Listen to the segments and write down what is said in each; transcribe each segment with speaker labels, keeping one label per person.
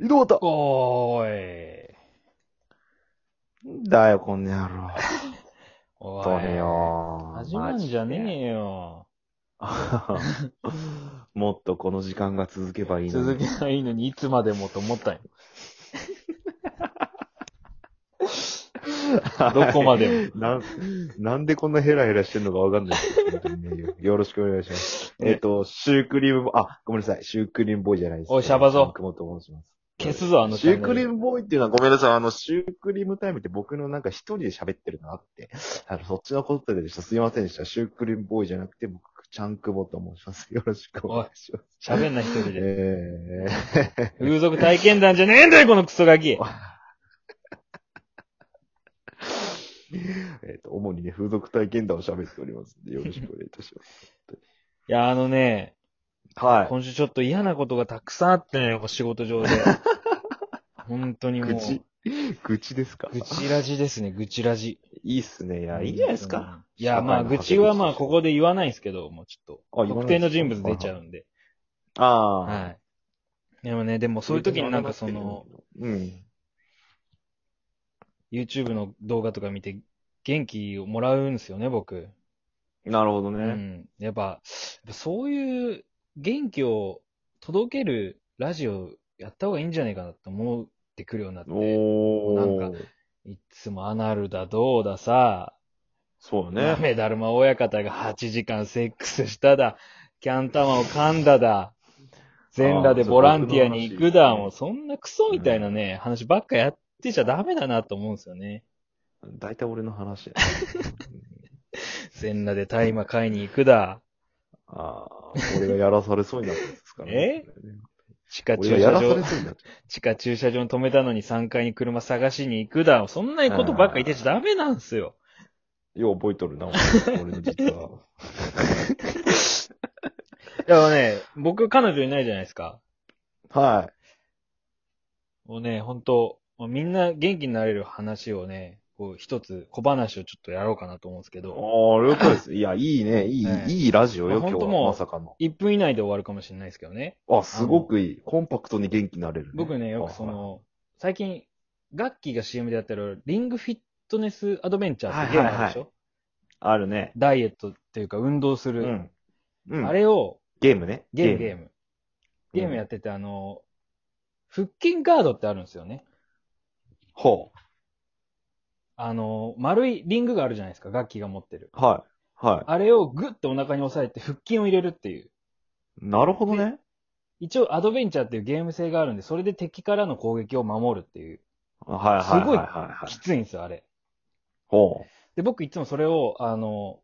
Speaker 1: 井戸端
Speaker 2: おーい。
Speaker 3: だよ、こんな野郎。
Speaker 2: お
Speaker 3: 本当によ。
Speaker 2: 始まんじゃねえよ。
Speaker 3: マジでもっとこの時間が続けばいいのに
Speaker 2: 続けばいいのに、いつまでもと思ったんよ。どこまで
Speaker 3: も。 なん、なんでこんなヘラヘラしてんのかわかんないです本当にねよろしくお願い します。
Speaker 2: ね
Speaker 3: えっ、と、シュークリームボーイ、あ、ごめんなさい、シュークリームボーイじゃないです。
Speaker 2: おいシャバゾ
Speaker 3: 久保と申します。
Speaker 2: 消すぞ、あの
Speaker 3: シュークリ
Speaker 2: ネ
Speaker 3: ー
Speaker 2: ル
Speaker 3: ムボーイっていうのはごめんなさい、あの、シュークリームタイムって僕のなんか一人で喋ってるのあって、あの、そっちのことでした。すいませんでした。シュークリームボーイじゃなくて、僕、ちゃんくぼと申します。よろしくお願いします。
Speaker 2: 喋んな一人で。
Speaker 3: えー、
Speaker 2: 風俗体験談じゃねえんだよ、このクソガキ。
Speaker 3: えっ、と、主にね、風俗体験談を喋っております ので、よろしくお願いいたします。
Speaker 2: いや、あのね、
Speaker 3: は
Speaker 2: 今週ちょっと嫌なことがたくさんあってね、仕 事上で。本当にもう。
Speaker 3: 愚痴い。愚痴ですか
Speaker 2: 愚痴ラジですね、愚痴ラジ。
Speaker 3: いいっすね。いや、いいんじゃないですか。
Speaker 2: うん。いや、まあ、
Speaker 3: 社会の
Speaker 2: 愚
Speaker 3: 恥
Speaker 2: 痴
Speaker 3: ずかしい
Speaker 2: はまあ、ここで言わないんですけど、もうちょっ
Speaker 3: あ
Speaker 2: と。特定の人物出ちゃうんで。
Speaker 3: ああ。
Speaker 2: はい。でもね、でもそういう時になんかその、、
Speaker 3: うん。
Speaker 2: YouTube の動画とか見て元気をもらうんですよね、僕。
Speaker 3: なるほど
Speaker 2: う
Speaker 3: ね。
Speaker 2: ん。やっぱ、やっぱそういう元気を届けるラジオやった方がいいんじゃないかなって思ってくるようになって、
Speaker 3: おー。
Speaker 2: なんか、いつもアナルだどうださ、
Speaker 3: そう
Speaker 2: ね、
Speaker 3: ね。
Speaker 2: メダルマ親方が8時間セックスしただ、キャン玉を噛んだだ、全裸でボランティアに行くだ、
Speaker 3: あー
Speaker 2: もうそんなクソみたいなね、話ばっかやってちゃダメだなと思うんですよね。
Speaker 3: 大体俺の話。
Speaker 2: 全裸で大麻買いに行くだ、
Speaker 3: ああ、俺がやらされそうになったんですからね。
Speaker 2: 地下
Speaker 3: 俺
Speaker 2: 駐
Speaker 3: が
Speaker 2: 車
Speaker 3: やらされ
Speaker 2: 場、
Speaker 3: そうになっちゃ
Speaker 2: 地下駐車場に止めたのに3階に車探しに行くだ、そんなことばっか言ってちゃダメなんですよ。
Speaker 3: う。よう覚えとるな、俺 俺の実は。
Speaker 2: いやね、僕彼女いないじゃないですか。
Speaker 3: は
Speaker 2: もうね、本当もうみんな元気になれる話をね、こう一つ小話をちょっとやろうかなと思うんですけ
Speaker 3: い。
Speaker 2: ど、
Speaker 3: おー、了解です。いや、いいね。いい、
Speaker 2: ね
Speaker 3: いいラジオよ、
Speaker 2: ま
Speaker 3: 今
Speaker 2: あ
Speaker 3: 日
Speaker 2: 本当もう
Speaker 3: は。まさかの。
Speaker 2: 1分以内で終わるかもしれないですけどね。
Speaker 3: あ、すごくいい。コンパクトに元気になれる、ね。
Speaker 2: 僕ね、よくそ
Speaker 3: あ、はい
Speaker 2: の、最近、ガッキーが CM でやってるリングフィットネスアドベンチャーってゲームあるでしょ、
Speaker 3: あるね。
Speaker 2: ダイエットっていうか運動す
Speaker 3: う
Speaker 2: る。
Speaker 3: ん。うん。
Speaker 2: あれを、
Speaker 3: ゲームね。
Speaker 2: ゲーム、ゲーム。
Speaker 3: うん
Speaker 2: ゲームやってて、あの、腹筋ガードってあるんですよね。
Speaker 3: ほ
Speaker 2: あの、丸いリングがあるじゃないですか、ガッキーが持ってる。
Speaker 3: う。はい。は
Speaker 2: あれをグッとお腹に押さえて腹筋を入れるっていう。
Speaker 3: い。なるほどね。
Speaker 2: 一応アドベンチャーっていうゲーム性があるんで、それで敵からの攻撃を守るっていう。
Speaker 3: はいはいはいはいはい。
Speaker 2: きついんですよ、あれ。
Speaker 3: ほ
Speaker 2: で、僕いつもそれを、あの、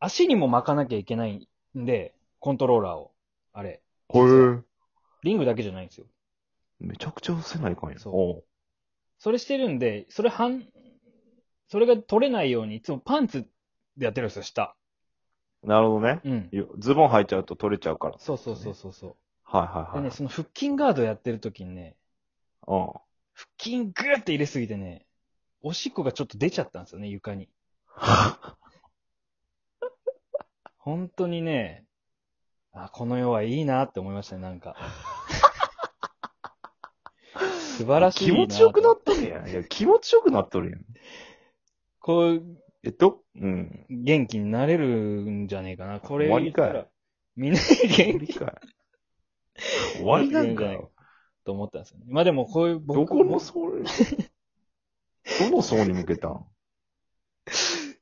Speaker 2: 足にも巻かなきゃいけないんで、コントローラーを。あれ。
Speaker 3: う。へえ。
Speaker 2: リングだけじゃないんですよ。
Speaker 3: めちゃくちゃせないかんや。
Speaker 2: そう
Speaker 3: ほ
Speaker 2: それしてるんで、それ半、それが取れないように、いつもパンツでやってるんですよ、下。
Speaker 3: う。なるほどね。
Speaker 2: うん。
Speaker 3: よズボン履いちゃうと取れちゃうから。
Speaker 2: そうそうそうそうそう。
Speaker 3: はい
Speaker 2: で
Speaker 3: はいは
Speaker 2: ね、
Speaker 3: い。
Speaker 2: その腹筋ガードやってる時にね、
Speaker 3: うん。
Speaker 2: 腹筋グーって入れすぎてね、おしっこがちょっと出ちゃったんですよね、床に。本当にね、あ、この世はいいなって思いましたね、な んか。素晴らしい
Speaker 3: 気
Speaker 2: なと
Speaker 3: 持ちよくなっとるやん。いや、気持ちよくなっとるやん。
Speaker 2: こう、
Speaker 3: えっと、うん。
Speaker 2: 元気になれるんじゃねえかな。これ
Speaker 3: 終わりかい
Speaker 2: 言ったらみんな元
Speaker 3: 終わ
Speaker 2: 気
Speaker 3: りかい。終わり なんかよ。
Speaker 2: と思ったんですよね。まあでもこういう
Speaker 3: ど
Speaker 2: 僕
Speaker 3: この層どの層に向けたん
Speaker 2: 3、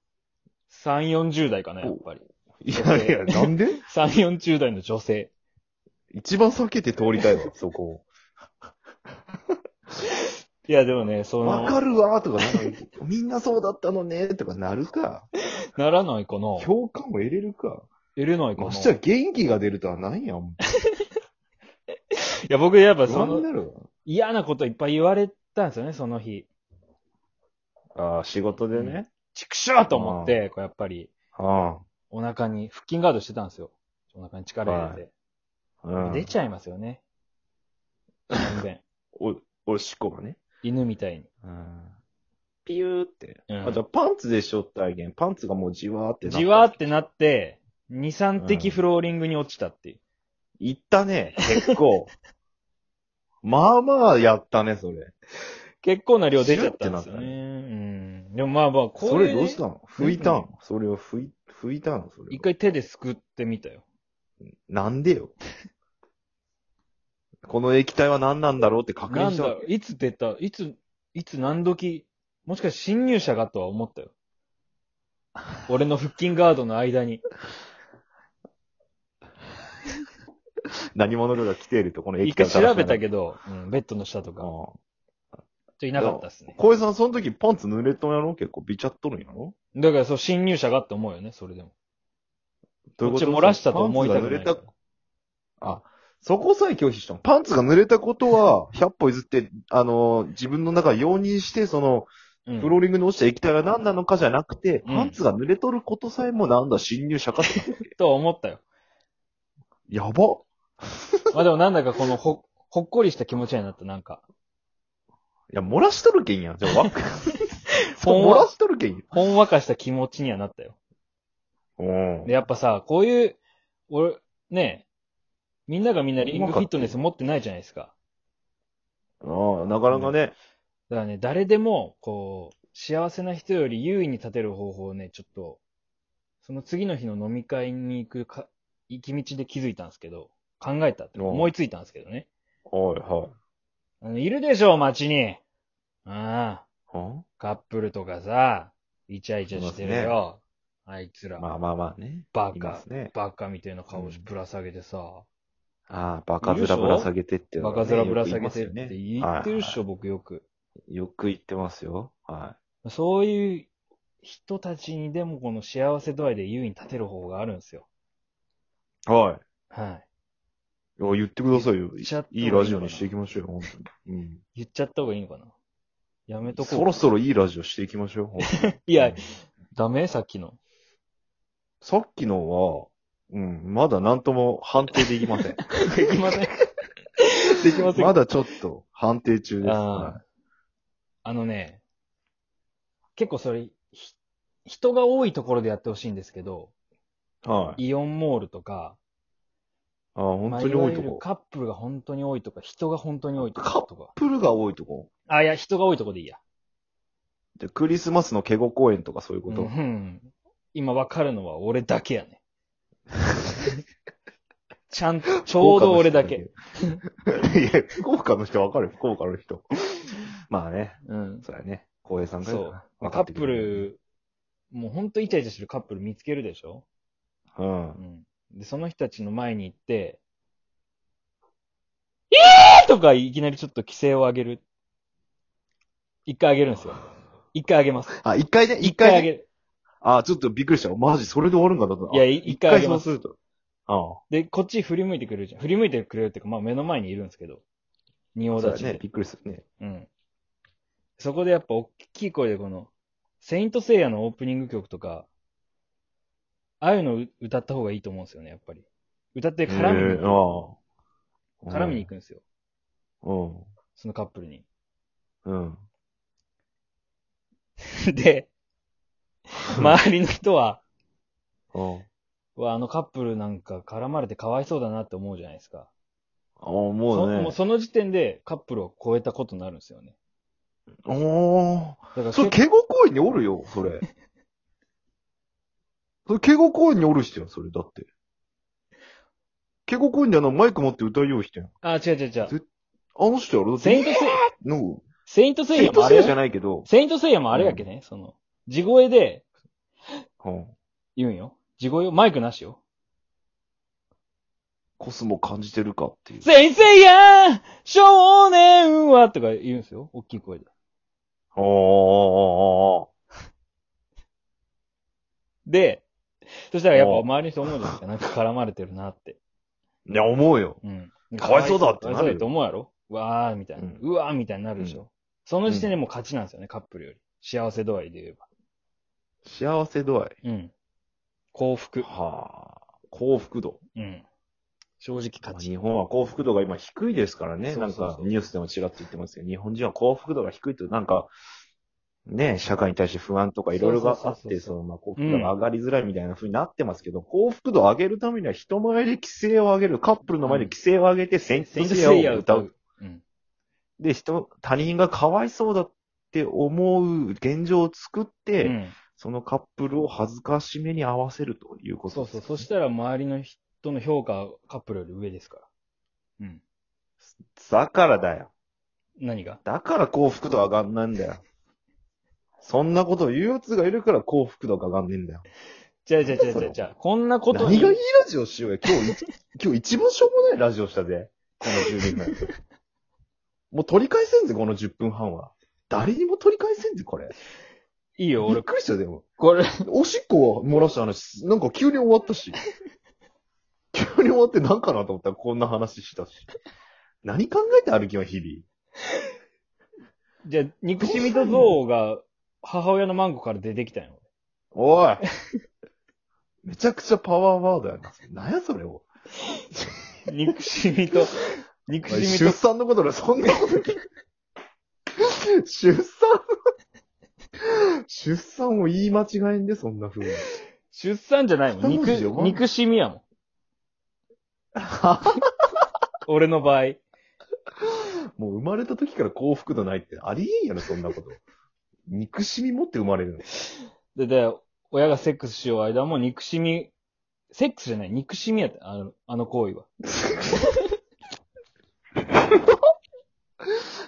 Speaker 2: 40代かな、やっぱり。
Speaker 3: いやいや、なんで
Speaker 2: 3、40代の女性。
Speaker 3: 一番避けて通りたいわ、そこ。
Speaker 2: いやでもね、そ
Speaker 3: わか
Speaker 2: の、
Speaker 3: るわーとかなんか、みんなそうだったのねーとかなるか。
Speaker 2: ならないかな。
Speaker 3: 共感を得れるか。
Speaker 2: 得れないかな。
Speaker 3: ましちゃ元気が出るとは何やん。
Speaker 2: いや、僕やっぱ
Speaker 3: 不
Speaker 2: そ
Speaker 3: 安に
Speaker 2: の、
Speaker 3: なるわ。
Speaker 2: 嫌なこといっぱい言われたんですよね、その日。
Speaker 3: ああ、仕事でね。
Speaker 2: 畜生と思って、こうやっぱり、
Speaker 3: あ
Speaker 2: お腹に、腹筋ガードしてたんですよ。お腹に力入れて。
Speaker 3: あ。うん。
Speaker 2: 出ちゃいますよね。全然。
Speaker 3: お、おしっこがね。
Speaker 2: 犬みた いに。
Speaker 3: うん。ピューって。
Speaker 2: うん
Speaker 3: あ、じゃあパンツでしょってあげん。パンツがもうじわーってなった
Speaker 2: じわーってなって、2、3滴フローリングに落ちたっていう。
Speaker 3: 行ったね、結構。まあまあやったね、それ。
Speaker 2: 結構な量出ちゃったんですよ
Speaker 3: シュッてなった
Speaker 2: ね。
Speaker 3: ね
Speaker 2: うん。でもまあまあ、こ
Speaker 3: そ
Speaker 2: れ
Speaker 3: れ
Speaker 2: ね
Speaker 3: どうしたの拭いた
Speaker 2: うん
Speaker 3: んそれを拭い、拭いたんそれは。
Speaker 2: 一回手ですくってみたよ。
Speaker 3: なん でよ。この液体は何なんだろうって確
Speaker 2: な
Speaker 3: 認
Speaker 2: ん
Speaker 3: した
Speaker 2: だ
Speaker 3: の。、
Speaker 2: いつ出た、いつ、いつ何時、もしかして侵入者がとは思ったよ。俺の腹筋ガードの 間に。
Speaker 3: 何者かが来ていると、この液
Speaker 2: 一
Speaker 3: 体
Speaker 2: 回
Speaker 3: を
Speaker 2: 調べた
Speaker 3: ど。
Speaker 2: けど、うん、ベッドの下とか、ちょ
Speaker 3: あ
Speaker 2: っといなかったっすね
Speaker 3: あ。小江さん、その時パンツ濡れとんやろ結構びちゃっとるんやろ
Speaker 2: だからそう、侵入者がって思うよね、それでも。
Speaker 3: どういうこ
Speaker 2: こっち
Speaker 3: と
Speaker 2: 漏らしたと思いた
Speaker 3: パン
Speaker 2: く
Speaker 3: ツ
Speaker 2: な
Speaker 3: が
Speaker 2: い
Speaker 3: 濡
Speaker 2: か
Speaker 3: れ
Speaker 2: ら
Speaker 3: た。あ、そこさえ拒否したの。パンツが濡れたことは、100歩譲って、あの、自分の中で容認して、その、
Speaker 2: うん
Speaker 3: フローリングに落ちた液体が何なのかじゃなくて、
Speaker 2: うん
Speaker 3: パンツが濡れとることさえもなんだ、侵入者かって。
Speaker 2: とは思ったよ。
Speaker 3: やば。
Speaker 2: まあでもなんだかこのほ、ほっこりした気持ちになった、な んか。
Speaker 3: いや、漏らしとるけんや。じゃあ、 わ
Speaker 2: ほんわ
Speaker 3: 漏らしとるけんや。
Speaker 2: ほんわかした気持ちにはなったよ。
Speaker 3: うん
Speaker 2: で、やっぱさ、こういう、俺、ねえ、みんながみんなリングフィットネス持ってないじゃないですか。
Speaker 3: ああ、なかなかね、
Speaker 2: だからね、誰でも、こう、幸せな人より優位に立てる方法をね、ちょっと、その次の日の飲み会に行くか、行き道で気づいたんですけど、考えたって、
Speaker 3: おう
Speaker 2: 思いついたんですけどね。
Speaker 3: はいはい。
Speaker 2: あのいるでしょ、街に。ああ、
Speaker 3: は
Speaker 2: カップルとかさ、イチャイチャしてる
Speaker 3: い
Speaker 2: よ。あいつら、
Speaker 3: まあまあまあね。
Speaker 2: バ
Speaker 3: いま
Speaker 2: カ
Speaker 3: す、ね。
Speaker 2: バカみたいな顔を
Speaker 3: うん
Speaker 2: ぶら下げてさ、
Speaker 3: ああ、バカずらぶら下げてっていうの
Speaker 2: バ
Speaker 3: がね、
Speaker 2: カ面ぶら下げ
Speaker 3: よ
Speaker 2: てっ
Speaker 3: く言いますよね
Speaker 2: て言ってるっ
Speaker 3: はい
Speaker 2: しょ、僕よく。
Speaker 3: はいよく言ってますよ。は
Speaker 2: そういう人たちにでもこの幸せ度合いで優位に立てる方があるんですよ。
Speaker 3: い。はい。
Speaker 2: はい。
Speaker 3: いや言ってくださいよ。
Speaker 2: 言っちゃった方がい
Speaker 3: い
Speaker 2: い
Speaker 3: い
Speaker 2: のかな
Speaker 3: ラジオにしていきましょうよ、本当に。
Speaker 2: 言っちゃった方がいいのかなやめとこう。
Speaker 3: そろそろいいラジオしていきましょう。本当に
Speaker 2: いや、ダメさっきの。
Speaker 3: さっきのは、うん、まだなんとも判定できません。
Speaker 2: できません。 できません。
Speaker 3: まだちょっと判定中です。
Speaker 2: あー
Speaker 3: は
Speaker 2: あのね、結構それ、ひ人が多いところでやってほしいんですけど、
Speaker 3: い。はい、
Speaker 2: イオンモールとか、
Speaker 3: あー本当に多いと
Speaker 2: まあわゆる
Speaker 3: こ。カ
Speaker 2: カップルが本当に多いとか、人が本当に多いとか、とか。
Speaker 3: ップルが多いとこ。
Speaker 2: あ、いや、人が多いとこでいいや。
Speaker 3: でクリスマスのケゴ公演とかそういうこ
Speaker 2: う
Speaker 3: と。
Speaker 2: ん。今わかるのは俺だけ やね。ちゃんと、ちょうど俺だけ。
Speaker 3: 福岡の人だけ。いや、福岡の人わかる福岡の人。まあね、
Speaker 2: うん。
Speaker 3: そうやね。浩平さんが
Speaker 2: そう。カップ。ル、もうほんとイチャイチャしてるカップル見つけるでしょ
Speaker 3: うん
Speaker 2: う。ん。で、その人たちの前に行って、イエーとかいきなりちょっと規制を上げる。一回上げるんですよ。一回上げます。
Speaker 3: あ、一回ね、一
Speaker 2: 一回
Speaker 3: 回
Speaker 2: 上
Speaker 3: ね。
Speaker 2: げる。
Speaker 3: あ、ちょっとびっくりした。マジ、それで終わるんだと思った。
Speaker 2: いや、い一回上げ
Speaker 3: そう
Speaker 2: ますす
Speaker 3: る。と。あ
Speaker 2: で、こっち振り向いてくれるじゃん。振り向いてくれるっていうか、まあ目の前にいるんですけど。仁
Speaker 3: あ。
Speaker 2: 王
Speaker 3: そう
Speaker 2: 立
Speaker 3: だ
Speaker 2: ちで。
Speaker 3: ね。びっくりするね。
Speaker 2: うん。そこでやっぱ大きい声でこの、セイントセイヤのオープニング曲とか、ああいうの歌った方がいいと思うんですよね、やっぱり。歌って絡みに、
Speaker 3: えーああ。
Speaker 2: 絡みに行くんですよ。
Speaker 3: く。
Speaker 2: そのカップルに。
Speaker 3: うん。うん。
Speaker 2: で、周りの人は、
Speaker 3: うん。あ
Speaker 2: うわあのカップルなんか絡まれてかわいそうだなって思うじゃないですか。
Speaker 3: あ、もう
Speaker 2: そも
Speaker 3: ね
Speaker 2: う。その時点でカップルを超えたことになるんですよね。
Speaker 3: お
Speaker 2: だから
Speaker 3: ー。それ、
Speaker 2: 結
Speaker 3: 敬語行為におるよ、それ。 それ、敬語行為におる人やん、それ、だって。敬語行為にあの、マイク持って歌いよう人やん。
Speaker 2: あ、違う違う違う。
Speaker 3: あの人やろだって
Speaker 2: セイントセイ、
Speaker 3: の、
Speaker 2: セイントセイ
Speaker 3: ヘ
Speaker 2: ヤ
Speaker 3: イ
Speaker 2: も
Speaker 3: ト
Speaker 2: あ
Speaker 3: せ
Speaker 2: れ
Speaker 3: いじゃないけど、
Speaker 2: セイントセイヤもあれやっけね、その、地声で、
Speaker 3: うん
Speaker 2: 言うんよ。地声よ。マイクなしよ。
Speaker 3: コスモ感じてるかっていう。
Speaker 2: 先生や少年はとか言うんですよ。大きい声で。
Speaker 3: おーおーおーおー
Speaker 2: で、そしたらやっぱ
Speaker 3: おう
Speaker 2: 周りの人思うじゃないですか。なんか絡まれてるなって。
Speaker 3: いや、思うよ。
Speaker 2: うん。
Speaker 3: かわいそうだって
Speaker 2: か
Speaker 3: なるよ
Speaker 2: わいそうだって思うやろうわーみたいな。
Speaker 3: うん
Speaker 2: うわーみたいになるでしょ。その時点でもう勝ちなんですよね、カップルより。幸せ度合いで言えば。
Speaker 3: 幸せ度合い。
Speaker 2: うん。幸福。
Speaker 3: はあ、幸福度。
Speaker 2: うん。正直勝ち。
Speaker 3: 日本は幸福度が今低いですからね。
Speaker 2: そうそうそう
Speaker 3: なんかニュースでもちらっと言ってますけど、日本人は幸福度が低いと、なんか、ね、社会に対して不安とかいろいろがあっ
Speaker 2: そうそうそうそう
Speaker 3: て、その、まあ、幸福度が上がりづらいみたいな風になってますけど、幸福度を上げるためには人前で規制を上げる、カップルの前で規制を上げて、セン
Speaker 2: セイント
Speaker 3: セイヤを歌う。。
Speaker 2: うん。
Speaker 3: で、人、他人がかわいそうだって思う現状を作って、
Speaker 2: うん。
Speaker 3: そのカップルを恥ずかしめに合わせるということ
Speaker 2: そう
Speaker 3: です
Speaker 2: そ
Speaker 3: ね、
Speaker 2: う。そしたら周りの人の評価、カップルより上ですから。うん。
Speaker 3: だからだよ。
Speaker 2: 何が
Speaker 3: だから幸福度上がんないんだよ。そんなことを言う奴がいるから幸福度が上がんねえんだよ。
Speaker 2: じゃあじゃあじゃあじゃあじゃあこんなこと
Speaker 3: 何
Speaker 2: に
Speaker 3: がいいラジオしようや。今日い、 今日一番しょうもないラジオしたぜ。この12分。もう取り返せんぜ、この10分半は。誰にも取り返せんぜ、これ。
Speaker 2: いいよ、
Speaker 3: びっ
Speaker 2: 俺、
Speaker 3: くりしたよ、でも。
Speaker 2: これ、
Speaker 3: おしっこを漏らした話、なんか急に終わったし。急に終わってなんかなと思ったらこんな話したし。何考えて歩きは日々。
Speaker 2: じゃあ憎しみと憎悪が母親のマンコから出てきたよ。
Speaker 3: おいめちゃくちゃパワーワードやな。なんやそれを。
Speaker 2: 憎しみ と、憎
Speaker 3: おい
Speaker 2: しみ
Speaker 3: 出
Speaker 2: と、
Speaker 3: 産のことでそんなこと聞く。出産出産を言い間違えんで、そんな風に。
Speaker 2: 出産じゃないもん。
Speaker 3: 二文
Speaker 2: 憎
Speaker 3: 字読まん
Speaker 2: 憎しみやもん。俺の場合。
Speaker 3: もう生まれた時から幸福度ないってありえんやろ、そんなこと。憎しみ持って生まれるの。
Speaker 2: で、で、親がセックスしよう間も憎しみ、セックスじゃない、憎しみやった、あの、あの行為は。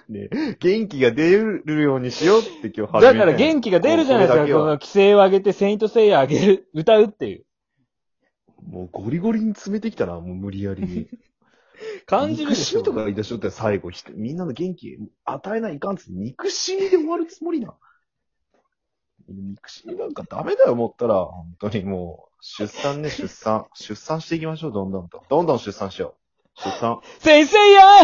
Speaker 3: ねえ元気が出るようにしようって今日始めた
Speaker 2: だから元気が出るじゃないですか、この
Speaker 3: か。
Speaker 2: 規制を上げて、セイントセイヤ上げる、歌うっていう。
Speaker 3: もうゴリゴリに詰めてきたな、もう無理やりに。
Speaker 2: 感じ
Speaker 3: 憎
Speaker 2: るで
Speaker 3: し
Speaker 2: しょ
Speaker 3: みとか言い出しとったら最後、人みんなの元気与えないかんっつって、憎しみで終わるつもりな。憎しみなんかダメだよ、思ったら。本当にもう、出産ね、出産。出産していきましょう、どんどんと。どんどん出産しよう。出産。
Speaker 2: 先生や